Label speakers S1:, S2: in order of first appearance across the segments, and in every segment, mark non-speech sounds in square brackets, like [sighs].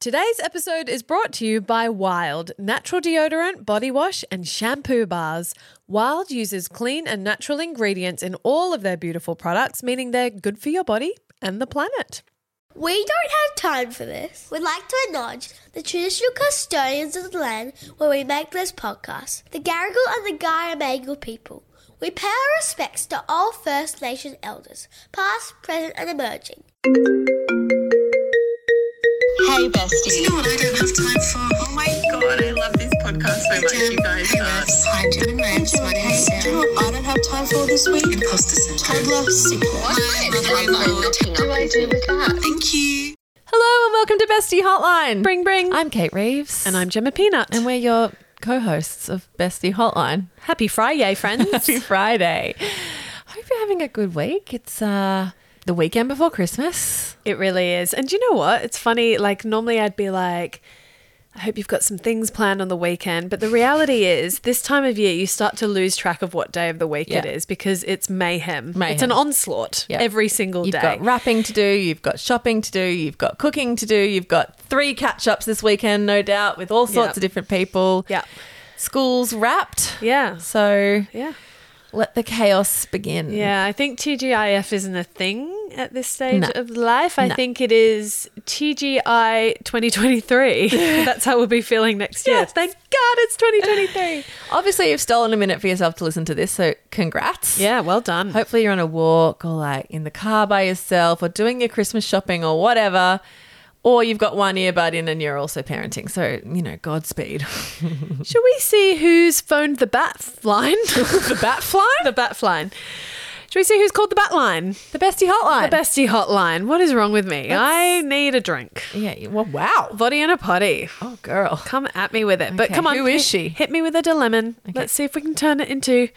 S1: Today's episode is brought to you by Wild natural deodorant, body wash, and shampoo bars. Wild uses clean and natural ingredients in all of their beautiful products, meaning they're good for your body and the planet.
S2: We don't have time for this. We'd like to acknowledge the traditional custodians of the land where we make this podcast, the Garigal and the Guyamagal people. We pay our respects to all First Nation elders, past, present, and emerging.
S3: Hey bestie.
S4: You know what I don't have time for? Oh my god, I love this podcast so much, you guys. Uh,
S3: Hey refs. Hi Jim. My name's Maddie
S4: Do you know what I don't have time for this week? Imposter syndrome. Toddler sickness.
S3: What do I do with that?
S4: Thank you.
S5: Hello and welcome to Bestie Hotline. Bring, bring. I'm Kate Reeves.
S1: And I'm Gemma Peanut.
S5: And we're your co hosts of Bestie Hotline.
S1: happy Friday, friends.
S5: [laughs] Happy Friday. Hope you're having a good week. It's uh, the weekend before Christmas.
S1: It really is. And do you know what? It's funny. Like, normally I'd be like, I hope you've got some things planned on the weekend. But the reality is, this time of year, you start to lose track of what day of the week it
S5: Yeah.
S1: is because it's mayhem. It's
S5: Mayhem.
S1: an onslaught
S5: Yep.
S1: every single
S5: You've
S1: day.
S5: got wrapping to do, you've got shopping to do, you've got cooking to do, you've got three catch ups this weekend, no doubt, with all sorts
S1: Yep.
S5: of different people.
S1: Yep.
S5: School's wrapped.
S1: Yeah.
S5: So
S1: Yeah.
S5: let the chaos begin.
S1: Yeah. I think TGIF isn't a thing at this stage
S5: No.
S1: of life. I
S5: No.
S1: think it is TGI 2023. That's how we'll be feeling next year. Thank God it's 2023.
S5: Obviously, you've stolen a minute for yourself to listen to this, so
S1: [sighs]
S5: congrats.
S1: yeah. Well done.
S5: Hopefully, you're on a walk or like in the car by yourself or doing your Christmas shopping or whatever. Or you've got one earbud in and you're also parenting. So, you know, Godspeed. [laughs]
S1: Shall we see who's phoned the bat line? the bat fline? The bat line. Shall we see who's called the bat line?
S5: the bestie hotline.
S1: The bestie hotline. What is wrong with me? I need a drink.
S5: Yeah. you- Well, wow.
S1: Body and a potty.
S5: Oh, girl.
S1: Come at me with it. But
S5: Okay,
S1: come on.
S5: who
S1: hit-
S5: is she?
S1: Hit me with a dilemma. Let's see if we can turn it into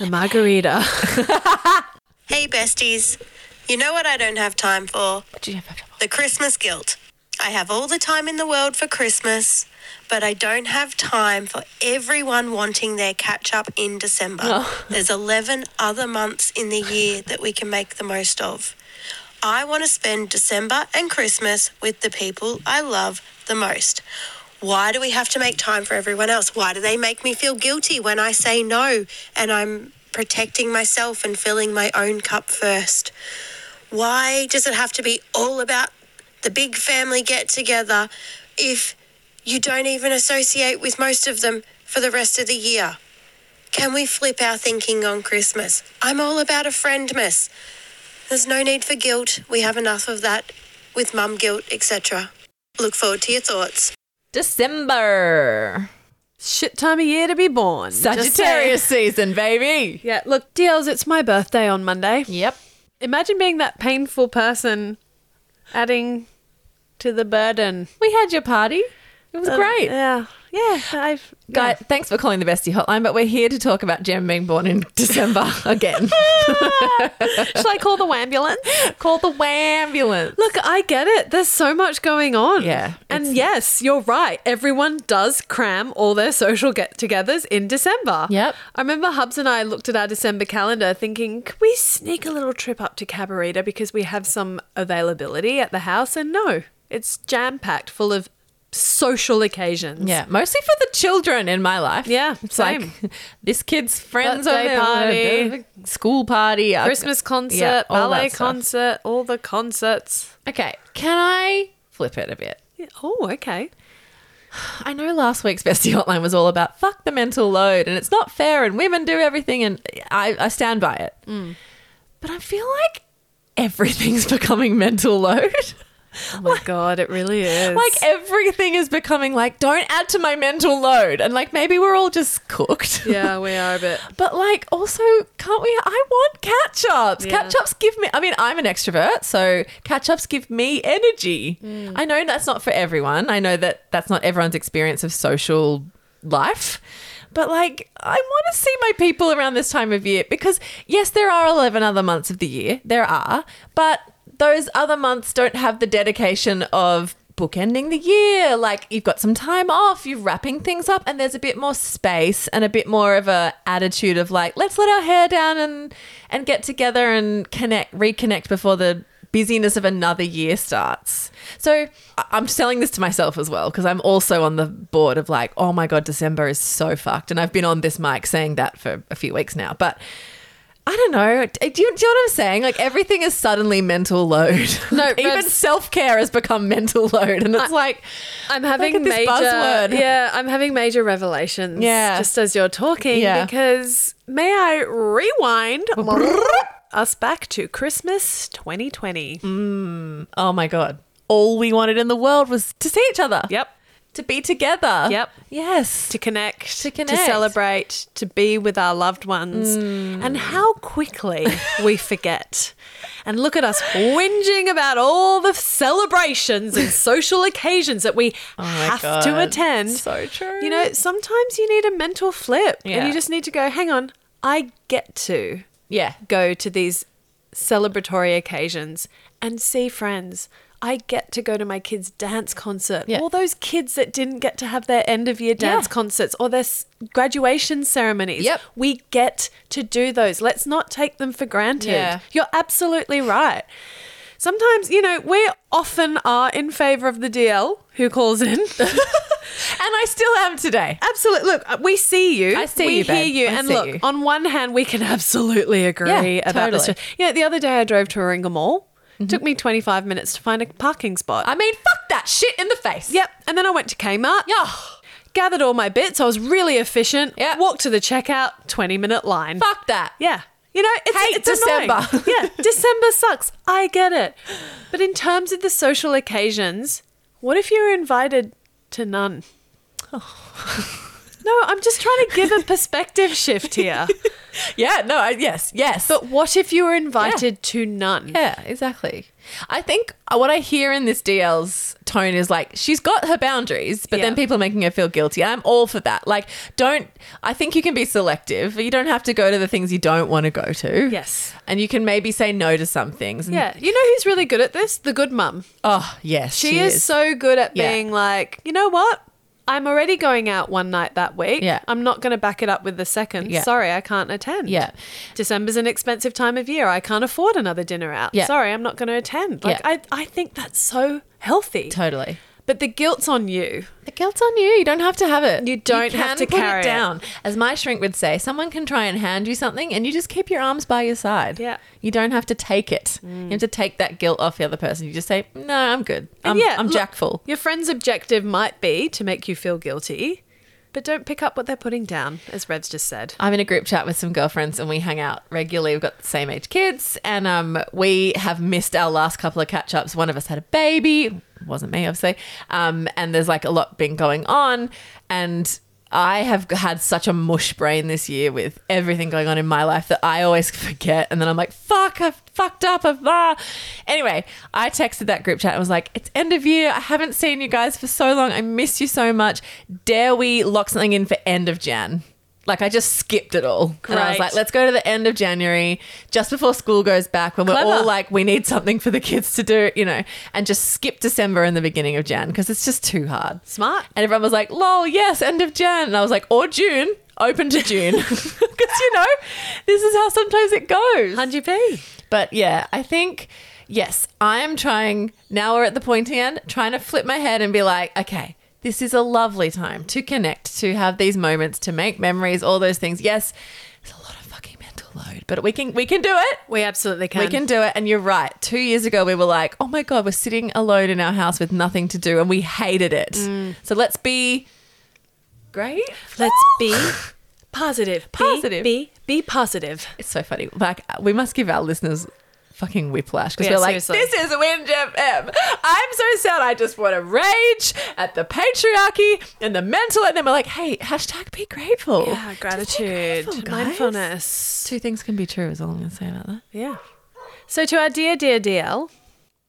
S1: a margarita.
S5: [laughs]
S4: Hey besties. You know what I don't have time for? The Christmas guilt. I have all the time in the world for Christmas, but I don't have time for everyone wanting their catch up in December. There's 11 other months in the year that we can make the most of. I want to spend December and Christmas with the people I love the most. Why do we have to make time for everyone else? Why do they make me feel guilty when I say no and I'm protecting myself and filling my own cup first? Why does it have to be all about the big family get together if you don't even associate with most of them for the rest of the year? Can we flip our thinking on Christmas? I'm all about a friendmas. There's no need for guilt. We have enough of that with mum guilt, etc. Look forward to your thoughts.
S5: December.
S1: Shit time of year to be born. Just
S5: Sagittarius
S1: saying.
S5: season, baby.
S1: Yeah, look, DLs, it's my birthday on Monday.
S5: Yep.
S1: Imagine being that painful person adding to the burden.
S5: We had your party. It was
S1: Uh,
S5: great.
S1: Yeah. Yeah. I've
S5: Guy, thanks for calling the bestie hotline, but we're here to talk about Jem being born in [laughs] December
S1: [laughs]
S5: again. [laughs]
S1: Shall I call the ambulance?
S5: Call the ambulance.
S1: Look, I get it. There's so much going on.
S5: Yeah,
S1: And
S5: it's-
S1: yes, you're right. Everyone does cram all their social get togethers in December.
S5: Yep.
S1: I remember Hubs and I looked at our December calendar thinking, could we sneak a little trip up to Cabarita because we have some availability at the house? And no, it's jam packed full of social occasions.
S5: Yeah, mostly for the children in my life.
S1: Yeah,
S5: it's
S1: same.
S5: like [laughs] this kid's friends
S1: Birthday
S5: over,
S1: party.
S5: school party, uh,
S1: Christmas concert,
S5: yeah, all
S1: ballet
S5: that stuff.
S1: concert, all the concerts.
S5: Okay, can I flip it a bit?
S1: Yeah. Oh, okay.
S5: I know last week's bestie hotline was all about fuck the mental load, and it's not fair, and women do everything, and I, I stand by it.
S1: Hmm.
S5: But I feel like everything's [laughs] becoming mental load.
S1: Oh my god, it really is.
S5: like everything is becoming like don't add to my mental load and like maybe we're all just cooked
S1: yeah, we are a bit.
S5: but like also can't we i want catch-ups
S1: Yeah.
S5: catch-ups give me i mean i'm an extrovert so catch-ups give me energy i know that's not for everyone i know that that's not everyone's experience of social life but like i want to see my people around this time of year because yes there are 11 other months of the year there are but those other months don't have the dedication of bookending the year. Like you've got some time off, you're wrapping things up, and there's a bit more space and a bit more of a attitude of like, let's let our hair down and and get together and connect, reconnect before the busyness of another year starts. So I- I'm selling this to myself as well because I'm also on the board of like, oh my God, December is so fucked. And I've been on this mic saying that for a few weeks now. But I don't know. Do you, do you know what I'm saying? Like everything is suddenly mental load.
S1: [laughs] No,
S5: even
S1: Revs-
S5: self care has become mental load, and it's like
S1: I'm having
S5: at this
S1: major
S5: buzzword.
S1: Yeah, I'm having major revelations
S5: Yeah.
S1: just as you're talking
S5: Yeah.
S1: because may I rewind us back to Christmas 2020.
S5: oh my god, all we wanted in the world was to see each other.
S1: Yep.
S5: To be together.
S1: Yep.
S5: Yes.
S1: To connect, to
S5: connect. Mm.
S1: celebrate, to be with our loved ones, and how quickly we forget. And look at us whinging about all the celebrations and social occasions that we have to
S5: Oh God.
S1: attend.
S5: So true.
S1: You know, sometimes you need a mental flip and
S5: Yeah.
S1: you just need to go, hang on, I get to
S5: yeah.
S1: go to these celebratory occasions and see friends. I get to go to my kids' dance concert.
S5: Yeah.
S1: All those kids that didn't get to have their end of year dance
S5: Yeah.
S1: concerts or their s- graduation ceremonies.
S5: Yep.
S1: We get to do those. Let's not take them for granted.
S5: Yeah.
S1: You're absolutely right. Sometimes, you know, we often are in favor of the DL who calls
S5: [laughs]
S1: in.
S5: And I still am today.
S1: Absolutely. Look, uh, we see you.
S5: I see
S1: we
S5: you, babe.
S1: hear you.
S5: I
S1: and
S5: see
S1: look,
S5: you.
S1: on one hand, we can [laughs] absolutely agree
S5: Yeah,
S1: about this.
S5: totally. Mm-hmm.
S1: You know, the other day I drove to Warringah Mall. Took me 25 minutes to find a parking spot.
S5: I mean, fuck that shit in the face.
S1: yep. And then I went to Kmart.
S5: Yeah.
S1: Gathered all my bits. I was really efficient.
S5: Yeah.
S1: Walked to the checkout. 20 minute line.
S5: Fuck that.
S1: Yeah. You know, it's,
S5: Hate
S1: it's annoying.
S5: December.
S1: [laughs] yeah, December sucks. I get it. But in terms of the social occasions, what if you're invited to none? No, I'm just trying to give a perspective shift here.
S5: Yeah. No. I, yes. Yes.
S1: [laughs] But what if you were invited to none?
S5: yeah. Exactly. I think uh, what I hear in this DL's tone is like she's got her boundaries, but
S1: Yeah.
S5: then people are making her feel guilty. I'm all for that. Like, don't. I think you can be selective. You don't have to go to the things you don't want to go to.
S1: Yes.
S5: And you can maybe say no to some things. And,
S1: Yeah. You know who's really good at this? The good mum.
S5: Oh yes.
S1: She, is, so good at
S5: Yeah.
S1: being like, you know what? I'm already going out one night that week.
S5: Yeah.
S1: I'm not going to back it up with the second.
S5: Yeah.
S1: Sorry, I can't attend.
S5: Yeah.
S1: December's an expensive time of year. I can't afford another dinner out.
S5: Yeah.
S1: Sorry, I'm not going to attend. Like,
S5: Yeah.
S1: I, I think that's so healthy.
S5: Totally.
S1: But the guilt's on you.
S5: The guilt's on you. You don't have to have it.
S1: You don't
S5: can
S1: have to
S5: put
S1: carry it.
S5: it down. As my shrink would say, someone can try and hand you something, and you just keep your arms by your side.
S1: Yeah. Mm.
S5: You don't have to take it. You have to take that guilt off the other person. You just say, "No, I'm good. I'm,
S1: yeah,
S5: I'm
S1: look-
S5: jack full."
S1: Your friend's objective might be to make you feel guilty, but don't pick up what they're putting down, as Rev's just said.
S5: I'm in a group chat with some girlfriends and we hang out regularly. We've got the same age kids and um, we have missed our last couple of catch ups. One of us had a baby, wasn't me, obviously. Um, and there's like a lot been going on. And I have had such a mush brain this year with everything going on in my life that I always [laughs] forget. And then I'm like, fuck, I've fucked up. I've blah. Anyway, I texted that group chat and was like, it's end of year. I haven't seen you guys for so long. I miss you so much. Dare we lock something in for end of Jan? Like I just skipped it all. And I was
S1: Great.
S5: like, let's go to the end of January, just before school goes back, when we're
S1: Clever.
S5: all like, we need something for the kids to do, you know, and just skip December and the beginning of Jan because it's just too hard.
S1: Smart.
S5: And everyone was like, lol, yes, end of Jan. And I was like, or June, open to June. [laughs] Because, you know, this is how sometimes it goes.
S1: 100p.
S5: But yeah, I think yes, I am trying now we're at the pointy end, trying to flip my head and be like, okay, this is a lovely time to connect, to have these moments, to make memories, all those things. Yes, it's a lot of fucking mental load, but we can we can do it.
S1: We absolutely can.
S5: We can do it. And you're right. Two years ago, we were like, oh my God, we're sitting alone in our house with nothing to do. And we hated it. So let's be great.
S1: Mm. Let's be positive. Be-
S5: Positive.
S1: Be, be, positive.
S5: It's so funny. Like we must give our listeners fucking whiplash because
S1: Yeah,
S5: we're like,
S1: seriously.
S5: this is Wind FM. I'm so sad. I just want to rage at the patriarchy and the mental. And then we're like, hey, hashtag be grateful.
S1: Yeah,
S5: Just be
S1: Ah, gratitude,
S5: grateful, guys.
S1: mindfulness.
S5: Two things can be true. Is all I'm going to say about that.
S1: Yeah. So to our dear, dear DL,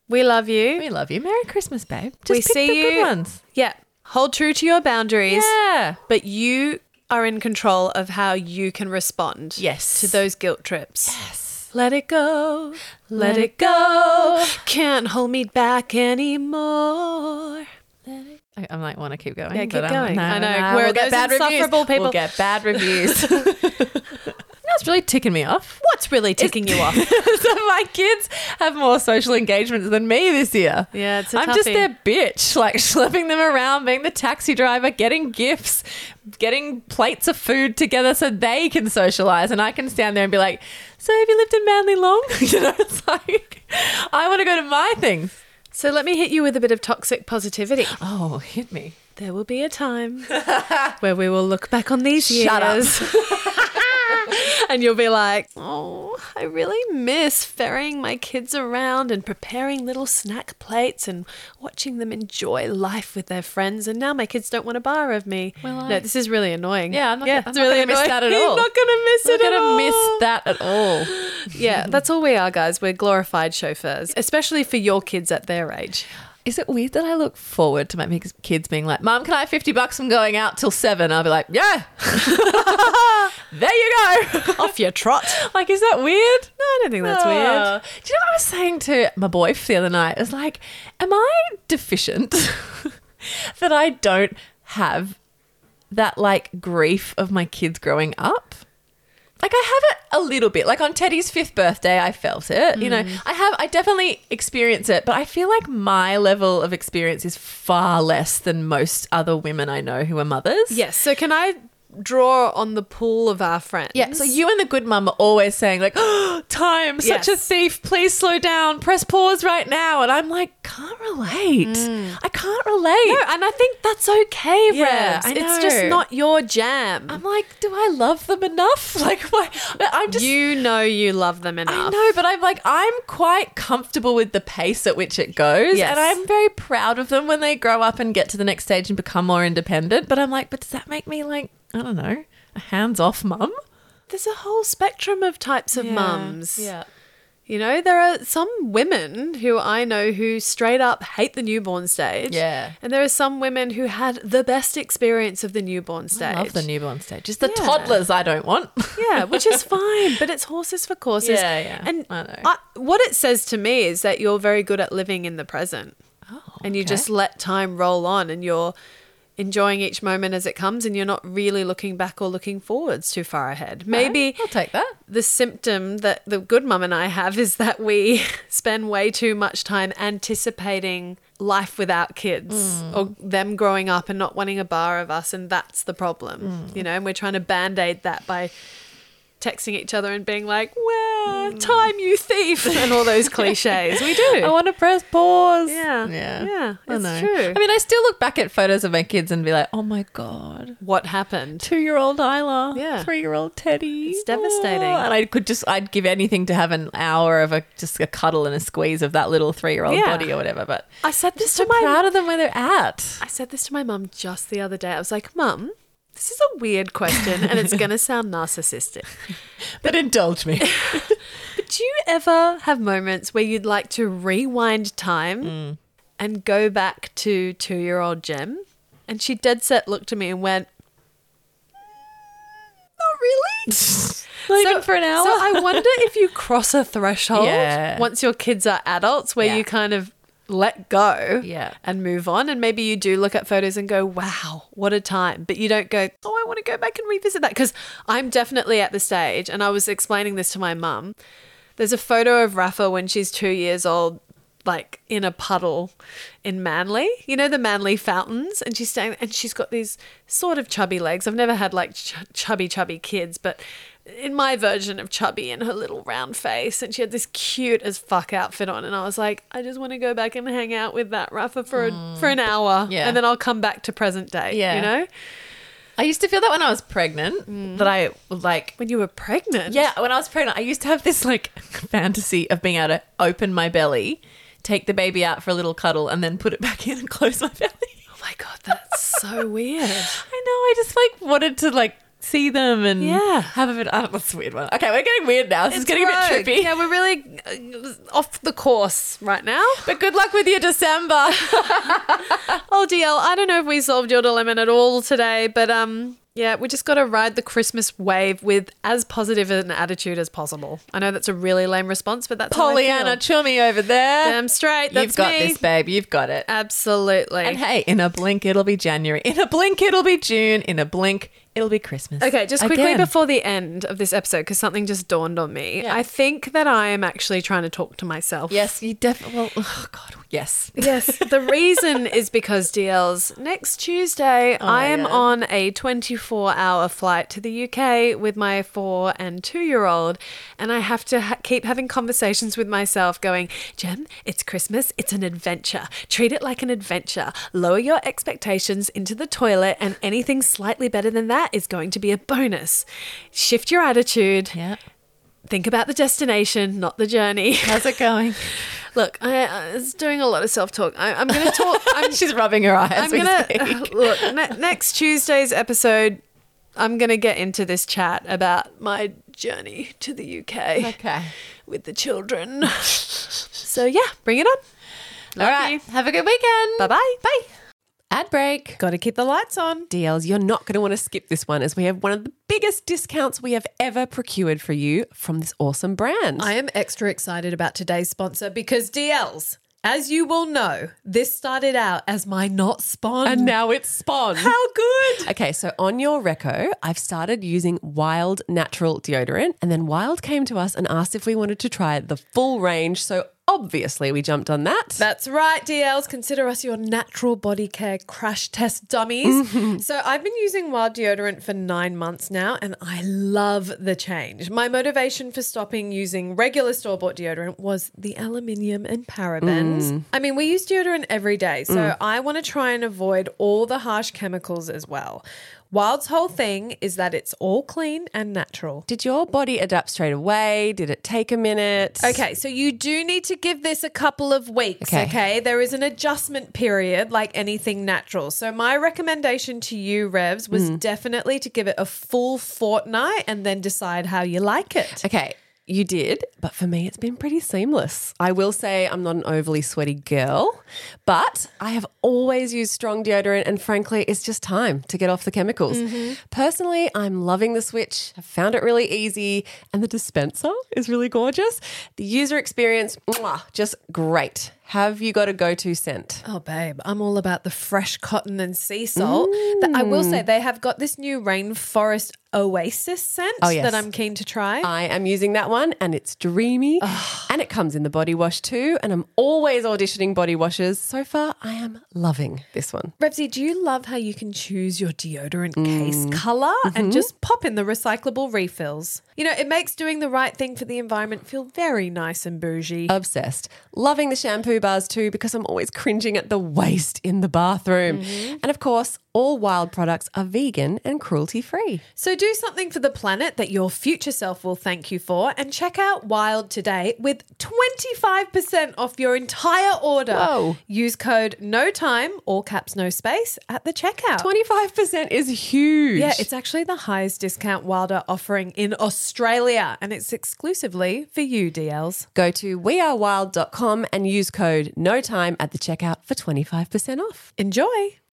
S1: we love you.
S5: We love you. Merry Christmas, babe. Just
S1: We
S5: pick
S1: see
S5: the
S1: you.
S5: good ones.
S1: Yeah. Hold true to your boundaries,
S5: Yeah.
S1: but you are in control of how you can respond
S5: Yes.
S1: to those guilt trips.
S5: Yes.
S1: Let it go, let, it go. Can't hold me back anymore.
S5: I, I might want to keep going.
S1: Yeah, keep
S5: but I'm-
S1: going.
S5: no,
S1: I know.
S5: no,
S1: We're
S5: we'll get
S1: those
S5: bad
S1: [laughs]
S5: reviews. [laughs]
S1: insufferable people.
S5: We'll get bad reviews. That's really ticking me off.
S1: What that's really ticking you off.
S5: [laughs] so my kids have more social engagements than me this year.
S1: Yeah, it's a
S5: I'm just
S1: toughie.
S5: their bitch, [laughs] like schlepping them around, being the taxi driver, getting gifts, getting plates of food together so they can socialize, and I can stand there and be like, "So have you lived in Manly long?" [laughs] you know, it's like I want to go to my things.
S1: [laughs] So let me hit you with a bit of toxic positivity.
S5: Oh, hit me.
S1: There will be a
S5: [laughs]
S1: time where we will look back on these
S5: Shut up.
S1: years.
S5: [laughs]
S1: and you'll be like, oh, I really miss ferrying my kids around and preparing little snack plates and watching them enjoy life with their friends. And now my kids don't want a bar of me.
S5: Well, I-
S1: no, this is really annoying.
S5: Yeah, I'm not
S1: yeah,
S5: gonna-
S1: it's
S5: I'm not
S1: really
S5: gonna miss
S1: annoying. [laughs]
S5: that at all.
S1: You're not going to miss
S5: Not
S1: it at
S5: gonna
S1: all.
S5: miss that at all.
S1: [laughs] Yeah, that's all we are, guys. We're glorified chauffeurs, especially for your kids at their age.
S5: Is it weird that I look forward to my big- kids being like, "Mom, can I have fifty bucks? I'm going out till 7 I'll be like,
S1: [laughs]
S5: "Yeah." there you go.
S1: Off your trot.
S5: [laughs] like, is that weird?
S1: No, I don't think that's weird.
S5: Oh. Do you know what I was saying to my boy the other night? I was like, am I deficient [laughs] that I don't have that like grief of my kids growing up? Like I have it a little bit. Like on Teddy's fifth birthday, I felt it. You know, I have I definitely experience it, but I feel like my level of experience is far less than most other women I know who are mothers.
S1: Yes. So can I draw on the pool of our friends?
S5: Yeah, so you and the good mum are always saying like, [gasps] oh, "Time, such a
S1: Yes.
S5: thief! Please slow down. Press pause right now." And I'm like, "Can't relate. I can't relate."
S1: No, and I think that's okay, Revs.
S5: Yeah, I
S1: It's just
S5: know.
S1: not your jam.
S5: I'm like, "Do I love them enough? [laughs] Like, why?" I'm just.
S1: you know you love them
S5: I
S1: enough.
S5: know, but I'm like, I'm quite comfortable with the pace at which it goes.
S1: Yes.
S5: And I'm very proud of them when they grow up and get to the next stage and become more independent. But I'm like, but does that make me like, I don't know, a hands off mum?
S1: There's a whole spectrum of types of mums.
S5: Yeah.
S1: You know, there are some women who I know who straight up hate the newborn stage.
S5: Yeah.
S1: And there are some women who had the best experience of the newborn stage.
S5: I love the newborn stage. Just the
S1: Yeah.
S5: toddlers I don't want.
S1: yeah, which is
S5: [laughs]
S1: fine, but it's horses for courses.
S5: Yeah, yeah,
S1: And
S5: I know.
S1: what it says to me is that you're very good at living in the present, and you
S5: Oh, okay.
S1: just let time roll on, and you're enjoying each moment as it comes, and you're not really looking back or looking forwards too far ahead. Maybe
S5: I'll take that.
S1: the symptom that the good mum and I have is that we [laughs] spend way too much time anticipating life without kids or them growing up and not wanting a bar of us and that's the problem you know and we're trying to band-aid that by texting each other and being like where time you [laughs] thief and all those cliches we do
S5: I want to press pause.
S1: Yeah.
S5: Yeah.
S1: Yeah.
S5: I
S1: It's
S5: know.
S1: true.
S5: I mean, I still look back at photos of my kids and be like, oh my God.
S1: what happened
S5: Two year old Isla.
S1: Yeah.
S5: Three year old Teddy.
S1: It's devastating.
S5: Oh, and I could just, I'd give anything to have an hour of a just a cuddle and a squeeze of that little three year old
S1: Yeah.
S5: body or whatever. But
S1: i said this
S5: so
S1: to my
S5: proud of them where they're at.
S1: I said this to my mum just the other day. I was like, Mum, this is a weird question and it's [laughs] going to sound narcissistic.
S5: But indulge [laughs] me.
S1: But do you ever have moments where you'd like to rewind time and go back to two year old Jem? And she dead set looked at me and went,
S5: Not [laughs] really. Leaving for an hour.
S1: So I wonder if you cross a threshold
S5: Yeah.
S1: once your kids are adults where
S5: Yeah.
S1: you kind of let go
S5: Yeah.
S1: and move on. And maybe you do look at photos and go, wow, what a time. But you don't go, oh, I want to go back and revisit that. Because I'm definitely at the stage, and I was explaining this to my mum. There's a photo of Rafa when she's two years old. Like in a puddle in Manly, you know the Manly fountains, and she's staying, and she's got these sort of chubby legs. I've never had like ch- chubby, chubby kids, but in my version of chubby and her little round face and she had this cute as fuck outfit on and I was like I just want to go back and hang out with that Rafa for a, for an hour
S5: Mm. Yeah.
S1: and then I'll come back to present day
S5: Yeah.
S1: you know
S5: I used to feel that when I was pregnant, that I would like
S1: when you were pregnant
S5: Yeah, when I was pregnant, I used to have this like [laughs] fantasy of being able to open my belly, take the baby out for a little cuddle, and then put it back in and [laughs] close my belly.
S1: oh my god that's so [laughs] weird
S5: I know. I just like wanted to like see them and
S1: Yeah.
S5: have a bit. Oh, that's a weird one. Okay, we're getting weird now. This is getting a
S1: Rogue.
S5: bit trippy.
S1: yeah we're really uh, off the course right now
S5: But good luck with your December.
S1: oh DL I don't know if we solved your dilemma at all today but um yeah, we just got to ride the Christmas wave with as positive an attitude as possible. I know that's a really lame response, but that's how I feel.
S5: Pollyanna Chummy over there.
S1: Damn straight. That's
S5: You've got
S1: me. Uh,
S5: this, babe. You've got it.
S1: Absolutely.
S5: And hey, in a blink, it'll be January. In a blink, it'll be June. In a blink, It'll be Christmas.
S1: Okay, just quickly
S5: Again.
S1: before the end of this episode, because something just dawned on me. I think that I am actually trying to talk to myself.
S5: Yes, you definitely. Well, oh God,
S1: [laughs]
S5: yes.
S1: Yes. the reason is because DL's next Tuesday, I am on a 24 hour flight to the UK with my four and two year old. And I have to ha- keep having conversations with myself going, Jem, it's Christmas. It's an adventure. Treat it like an adventure. Lower your expectations into the toilet, and anything slightly better than that is going to be a bonus. Shift your attitude.
S5: Yeah.
S1: Think about the destination, not the journey.
S5: How's it going?
S1: Look, I, I was doing a lot of self talk. I'm going to
S5: [laughs]
S1: talk. I'm,
S5: She's rubbing her eyes.
S1: I'm
S5: we
S1: gonna
S5: speak.
S1: [laughs] look ne- next Tuesday's episode. I'm gonna get into this chat about my journey to the UK
S5: Okay.
S1: with the children. [laughs] so yeah, bring it on.
S5: All right. Have a good weekend.
S1: Bye bye. Bye.
S5: Ad break.
S6: Got to keep the lights on.
S7: deals. You're not going to want to skip this one as we have one of the biggest discounts we have ever procured for you from this awesome brand.
S6: I am extra excited about today's sponsor because DLs, as you will know, this started out as my not spawn.
S7: and now it's Spawn.
S6: How good!
S7: Okay, so on your reco, I've started using Wild Natural deodorant, and then Wild came to us and asked if we wanted to try the full range. So obviously, we jumped on that.
S6: That's right, DLs. Consider us your natural body care crash test dummies. so, I've been using wild deodorant for nine months now, and I love the change. My motivation for stopping using regular store bought deodorant was the aluminium and parabens. I mean, we use deodorant every day, so I want to try and avoid all the harsh chemicals as well. Wild's whole thing is that it's all clean and natural.
S7: Did your body adapt straight away? Did it take a minute?
S6: Okay, so you do need to give this a couple of weeks, okay.
S7: Okay.
S6: There is an adjustment period like anything natural. So my recommendation to you, Revs, was definitely to give it a full fortnight and then decide how you like it.
S7: Okay, you did, but for me, it's been pretty seamless. I will say I'm not an overly sweaty girl, but I have always used strong deodorant, and frankly, it's just time to get off the chemicals. Personally, I'm loving the switch. I found it really easy, and the dispenser is really gorgeous. The user experience, mwah, just great. Have you got a go to scent?
S6: Oh, babe, I'm all about the fresh cotton and sea salt. Th- I will say they have got this new rainforest oasis scent
S7: yes.
S6: that I'm keen to try.
S7: I am using that one and it's dreamy and it comes in the body wash too. And I'm always auditioning body washes. So far, I am loving this one.
S6: Revsy, do you love how you can choose your deodorant case color and just pop in the recyclable refills? You know, it makes doing the right thing for the environment feel very nice and bougie.
S7: Obsessed. Loving the shampoo bars too because I'm always cringing at the waste in the bathroom. And of course, all wild products are vegan and cruelty free.
S6: so do something for the planet that your future self will thank you for and check out Wild today with 25% off your entire order.
S7: Whoa.
S6: Use code no time, all caps no space at the checkout.
S7: 25% is huge.
S6: yeah, it's actually the highest discount Wilder offering in Australia, and it's exclusively for you, DLs.
S7: Go to wearewild.com and use code no time at the checkout for 25% off.
S6: Enjoy!